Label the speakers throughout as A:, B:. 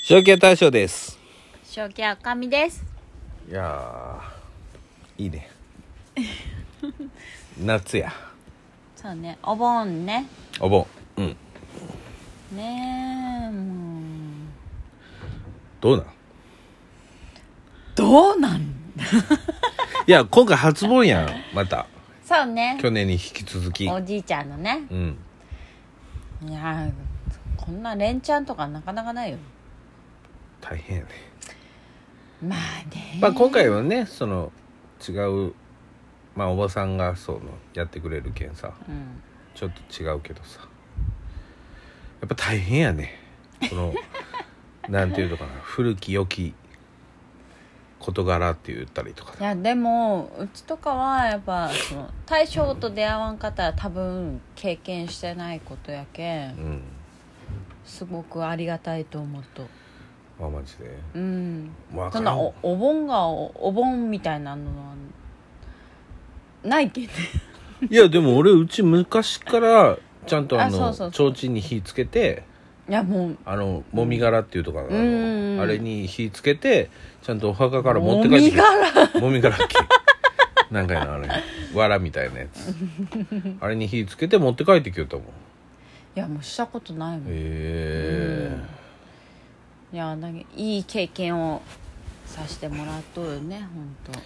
A: 正気屋大将です。
B: 正気赤身です
A: いやー、いいね。 夏や。
B: そうねお盆ね
A: お盆。うん。
B: ねえもう
A: どうなんい
B: どうなん
A: や、今回初盆やん、また。
B: そうね
A: 去年に引き続き。
B: お
A: う
B: じいちゃんのね
A: ん。
B: いやーこんな連チャンとかなかなかないよ
A: 大変やね。
B: まあね
A: まあ今回はね、その、違う、まあおばさんが、その、やってくれるけんさ、
B: うん
A: ちょっと違うけどさ。やっぱ大変やね。この、 なんていうのかな、古き良き事柄って言ったりとか
B: いやでもうちとかはやっぱその大将と出会わんかったら多分経験してないことやけ
A: うんん。
B: すごくありがたいと思うと
A: まあマジで。
B: うん
A: わ
B: そ
A: か
B: ん
A: ら
B: なんおお盆がおお盆みたいなのはないけど
A: いやでも俺うち昔からちゃんとあ
B: あそうそ
A: の
B: うそ
A: 提灯に火つけて
B: いやもう
A: あのもみ殻っていうとかあ
B: うんうんうん
A: のあれに火つけてちゃんとお墓から持っ
B: も
A: て帰っ
B: み
A: て
B: 殻
A: もみ殻っけなんかやなあれわらみたいなや つあれに火つけて持って帰ってきよったもんへ
B: いやもうしたことないもんい
A: え
B: やなんかいい経験をさせてもらっとるね本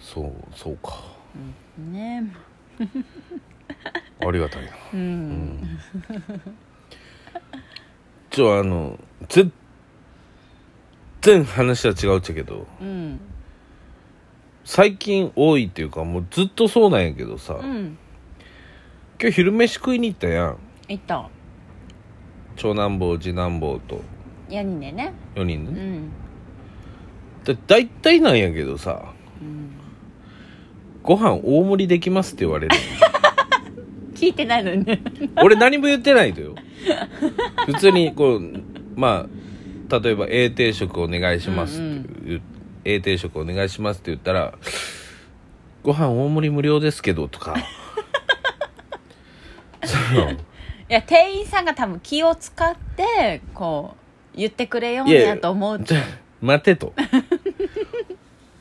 A: そうそうか
B: 当ね
A: ありがたいな
B: うん、
A: ちょあの全然話は違うっちゃけど
B: うん
A: 最近多いっていうかもうずっとそうなんやけどさ、
B: うん
A: 今日昼飯食いに行ったやん
B: 行った
A: 長男坊次男坊と
B: ヤニでね
A: 4人で
B: う
A: ね、
B: ん
A: だ大体なんやけどさ
B: うん
A: ご飯大盛りできますって言われる
B: 聞いてないのにね
A: 俺何も言ってないとよ普通にこうまあ例えば A 定食お願いしますって言う A 定食お願いしますって言ったらご飯大盛り無料ですけどと かそ
B: いや店員さんが多分気を使ってこう言ってくれようん
A: いや
B: やと思う
A: のじゃ待てと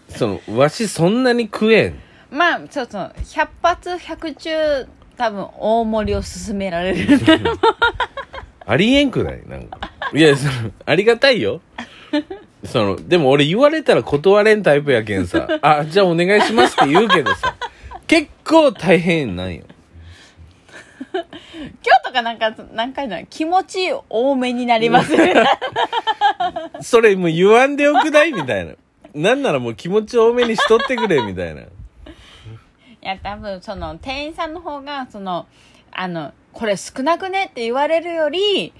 A: そのわしそんなに食えん
B: まあそうそう100発100中多分大盛りを勧めら れるい
A: ありえんくないなんか。いや、その、ありがたいよ。その、でも俺言われたら断れんタイプやけんさ。あ、じゃあお願いしますって言うけどさ。結構大変なんよ。
B: 今日とかなんか何回だ気持ち多めになりますね
A: それもう言わんでよくないみたいな。なんならもう気持ち多めにしとってくれみたいな。
B: いや多分その店員さんの方がそのあのこれ少なくねって言われるより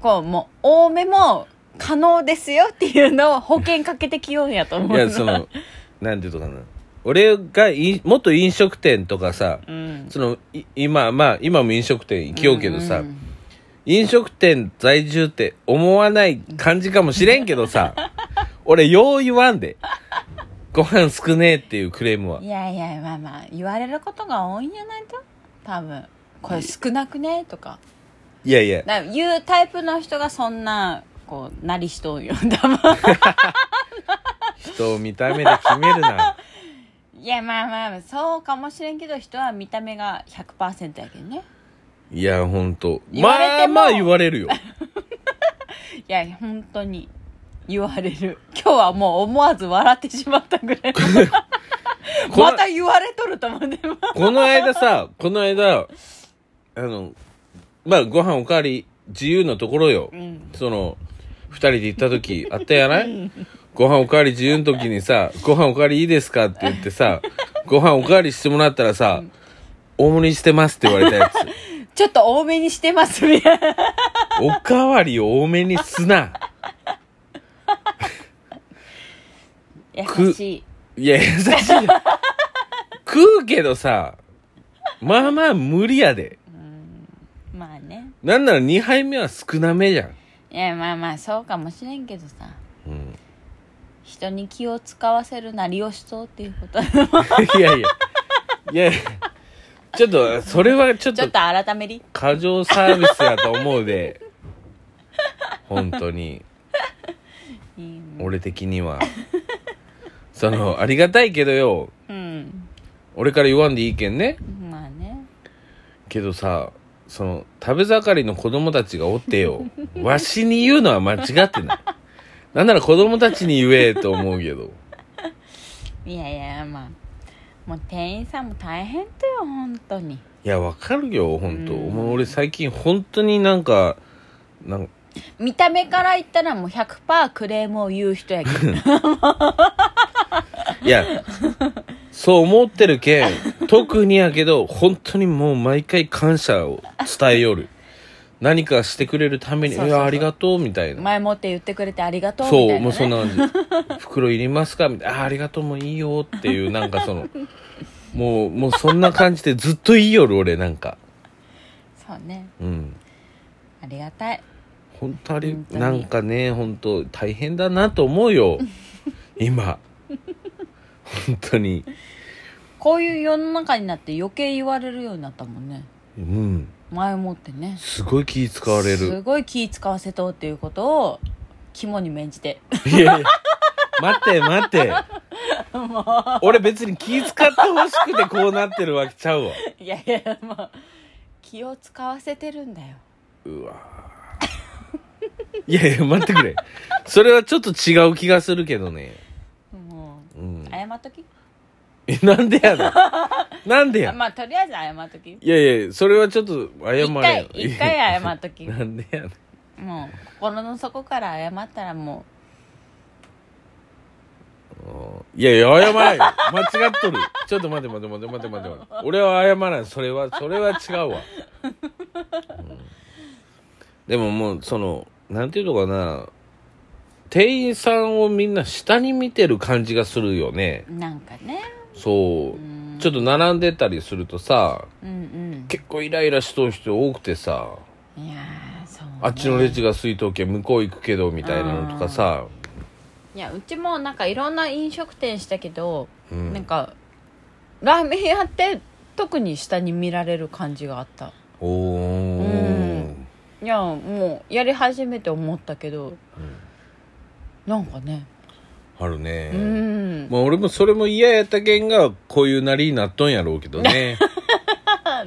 B: こうもう多めも可能ですよっていうのを保険かけてきようんやと思
A: いうや、その、なんていうのかな。俺がい、もっと飲食店とかさ、
B: うん
A: その、い今、まあ、今も飲食店行きようけどさ、
B: うん
A: 飲食店在住って思わない感じかもしれんけど さ、俺よう言わんで。ご飯少ねえっていうクレームは。
B: いやいやまあまあ言われることが多いんじゃないと多分これ少なくねとか
A: いやいや、
B: だから言うタイプの人がそんなこうなりしとんよ多分
A: 人を見た目で決める な。
B: いやまあまあそうかもしれんけど人は見た目が100%やけんね
A: いや、ほんと。
B: 言われ
A: まあ
B: ても
A: まあ言われる よ。
B: いや本当に言われる 今日はもう思わず笑ってしまったぐらい
A: この
B: また言われとると思ってま
A: この間さ、この間、あの、まあご飯おかわり自由のところよ。
B: ん
A: その、二人で行った時あったやないご飯おかわり自由の時にさ、ご飯おかわりいいですかって言ってさ、ご飯おかわりしてもらったらさ、大盛りしてますって言われたやつ。
B: ちょっと多めにしてますみたいな
A: おかわり多めにすな。
B: 優しい
A: いや、優しいよ。食うけどさ、まあまあ無理やで。
B: まあね
A: なんなら2杯目は少なめじゃん。
B: いやまあまあそうかもしれんけどさ
A: うん
B: 人に気を使わせるなりをしとうっていうこと
A: いやいや。いやいやちょっと、それはちょっ
B: ちょ
A: と
B: っと改めり
A: 過剰サービスやと思うで。本当に。
B: いいもん
A: 俺的にはそのありがたいけどよ
B: うん
A: 俺から言わんでいいけんね
B: まあね
A: けどさその食べ盛りの子供たちがおってよわしに言うのは間違ってないなんなら子供たちに言えと思うけど
B: いやいやまあもう店員さんも大変だよ本当に
A: いやわかるよ本当、
B: うん
A: もう俺最近本当になんかなん
B: 見た目から言ったらもう100%クレームを言う人やけど
A: いやそう思ってるけん特にやけど本当にもう毎回感謝を伝えよる何かしてくれるために「
B: そうそうそう
A: いやありがとう」みたいな
B: 前もって言ってくれてありがとうみたいな、
A: そ
B: ね、
A: う、もうそんな感じ。袋いりますかみたいな。あー、ありがとうもういいよっていう、なんかその、もう、もうそんな感じでずっといいよる、俺、なんか。
B: そうね
A: うん。
B: ありがたい
A: 本当あり
B: 本、当に
A: なんかね、本当大変だなと思うよ。今。本当に。
B: こういう世の中になって余計言われるようになったもんね
A: うん。
B: 前もってね
A: すごい気使われ
B: す
A: る。
B: ごい気使わせとうっていうことを肝に銘じて
A: いやいや待って待って。俺別に気使ってほしくてこうなってるわけちゃうわ。
B: いやいやもう気を使わせてるんだよ
A: うわーいやいや待ってくれそれはちょっと違う気がするけどね
B: も
A: うん
B: う謝っとき
A: えなんでやな なんでや
B: あまあとりあえず謝っとき
A: いやいやそれはちょっと謝れよ
B: 一回一回謝っとき
A: なんでやねん
B: もう心の底から謝ったらも
A: いやいや謝らんよ 間違っとるちょっと待て待て待て待て待て待て俺は謝らんそれはそれは違うわ、うんでももうそのなんていうのかな店員さんをみんな下に見てる感じがするよね
B: うなんかね
A: そう、ちょっと並んでたりするとさ
B: うん
A: 結構イライラしとる人多くてさ、
B: うんいやーそう、ね、
A: あっちのレジが空いとけ向こう行くけどみたいなのとかさ
B: いやうちもなんかいろんな飲食店したけど、
A: うん
B: なんかラーメン屋って特に下に見られる感じがあった
A: おおー
B: いやもうやり始めて思ったけど、なんかね
A: あるね、
B: うん
A: まあ俺もそれも嫌やったけんがこういうなりになっとんやろうけどね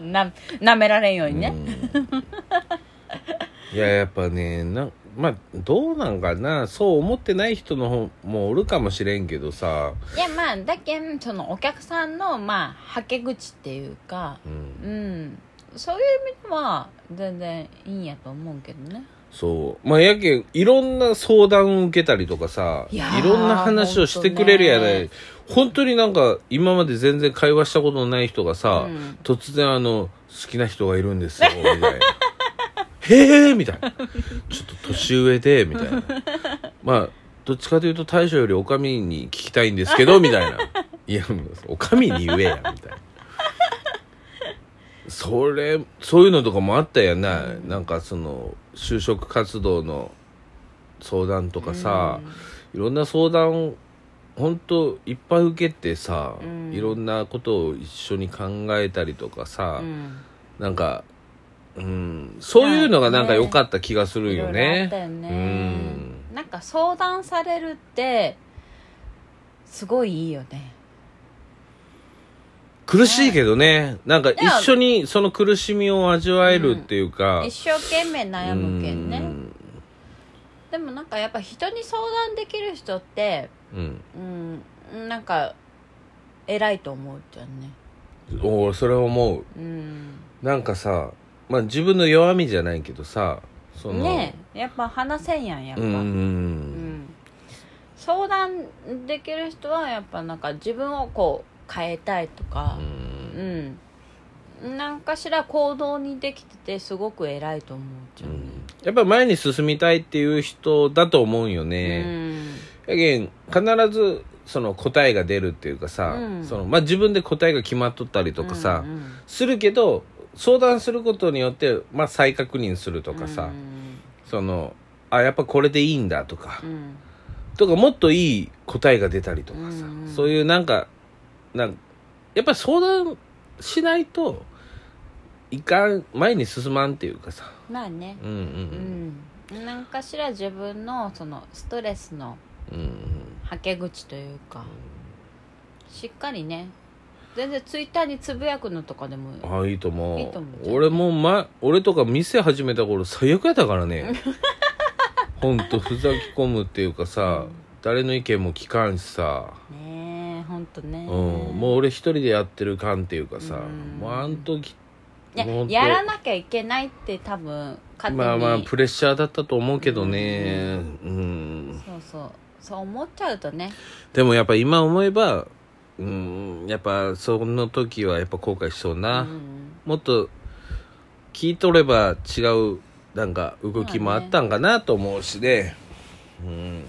B: ななめられんようにね、
A: いややっぱねなんまあどうなんかなそう思ってない人の方もおるかもしれんけどさ、
B: いやまあだけんそのお客さんのまあはけ口っていうか
A: うん、
B: うんそういう意味では全然いいんやと思うけどね
A: そう。まあ、やけん、いろんな相談を受けたりとかさ、い
B: いやー
A: ろんな話をしてくれるやない、
B: ほんとね
A: 本当になんか、今まで全然会話したことのない人がさ、
B: うん
A: 突然あの、好きな人がいるんですよ、みたいな。 へえみたいな。ちょっと年上で、みたいな。まあ、どっちかというと大将よりおかみに聞きたいんですけど、みたいな。いや、もうおかみに 言えや、みたいな。それそういうのとかもあったやな、なんかその就職活動の相談とかさ、いろんな相談本当いっぱい受けてさ、
B: うん
A: いろんなことを一緒に考えたりとかさ、
B: うん
A: なんか、うん、そういうのがなんか良かった気がする
B: い
A: よ
B: ろいろあ
A: ね
B: ったよね、
A: うん
B: なんか相談されるってすごいいいよね
A: 苦しいけどねなんか一緒にその苦しみを味わえるっていうか、
B: 一生懸命悩むけんね、
A: うん
B: でもなんかやっぱ人に相談できる人って
A: うん
B: うんなんか偉いと思うじゃんね
A: おーそれは思う
B: うん
A: なんかさ、まあ、自分の弱みじゃないけどさその
B: ねえやっぱ話せんやんやっ
A: う
B: ぱ、
A: んうんうん
B: うん相談できる人はやっぱなんか自分をこう変えたいとか
A: う、ん
B: うん、なんかしら行動にできててすごく偉いと思うじゃん、
A: やっぱ前に進みたいっていう人だと思うんよね、やけん必ずその答えが出るっていうかさ、
B: うん
A: そのまあ、自分で答えが決まっとったりとかさ、
B: うんうん
A: するけど相談することによって、まあ、再確認するとかさ、
B: うん
A: そのあやっぱこれでいいんだとか
B: う、ん
A: とかもっといい答えが出たりとかさ、
B: うんうん
A: そういうなんかなんやっぱり相談しないといかん前に進まんっていうかさ
B: まあね
A: うんうんう
B: うんん何かしら自分のそのストレスの
A: うん
B: はけ口というかしっかりね全然ツイッターにつぶやくのとかでも
A: あいいと思う
B: いいと思う
A: 俺も、ま、俺とか店始めた頃最悪やったから ねほんとふざけ込むっていうかさ、誰の意見も聞かんしさ、
B: ねえほんとね
A: うん、もう俺一人でやってる感っていうかさ、
B: うん
A: もうあん時
B: いや
A: もうほんと
B: やらなきゃいけないって多分勝手に、
A: まあまあプレッシャーだったと思うけどねうん
B: そうそうそう思っちゃうとね
A: でもやっぱ今思えばうんやっぱその時はやっぱ後悔しそうな、
B: うん
A: もっと聞いとれば違うなんか動きもあったんかなと思うしねうん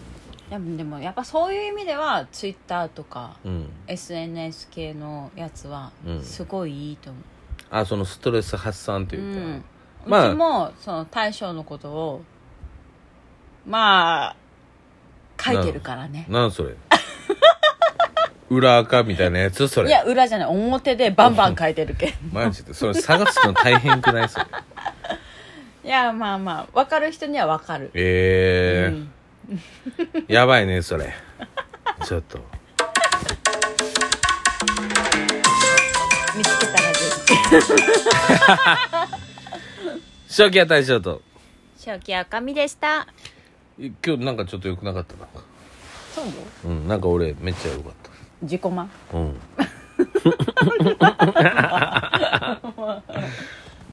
B: でもでもやっぱそういう意味ではツイッターとか
A: うん
B: SNS 系のやつは
A: うん
B: すごいいいと思
A: あそのストレス発散と
B: う、う
A: いうか、
B: ん
A: まあ
B: うちもその大将のことをまあ書いてるからね
A: なんそれ裏垢みたいなやつそ
B: い
A: れ
B: や裏じゃない表でバンバン書いてるけど
A: マジでそれ探すの大変くないそれ
B: いやまあまあ分かる人には分かる
A: ええーやばいねそれちょっと
B: 見つけたらぜひ
A: 正気は大将と
B: 正気赤身でした
A: い今日なんかちょっと良くなかったなんか
B: そう
A: うんなんか俺めっちゃ良かっ
B: 自己満
A: たうん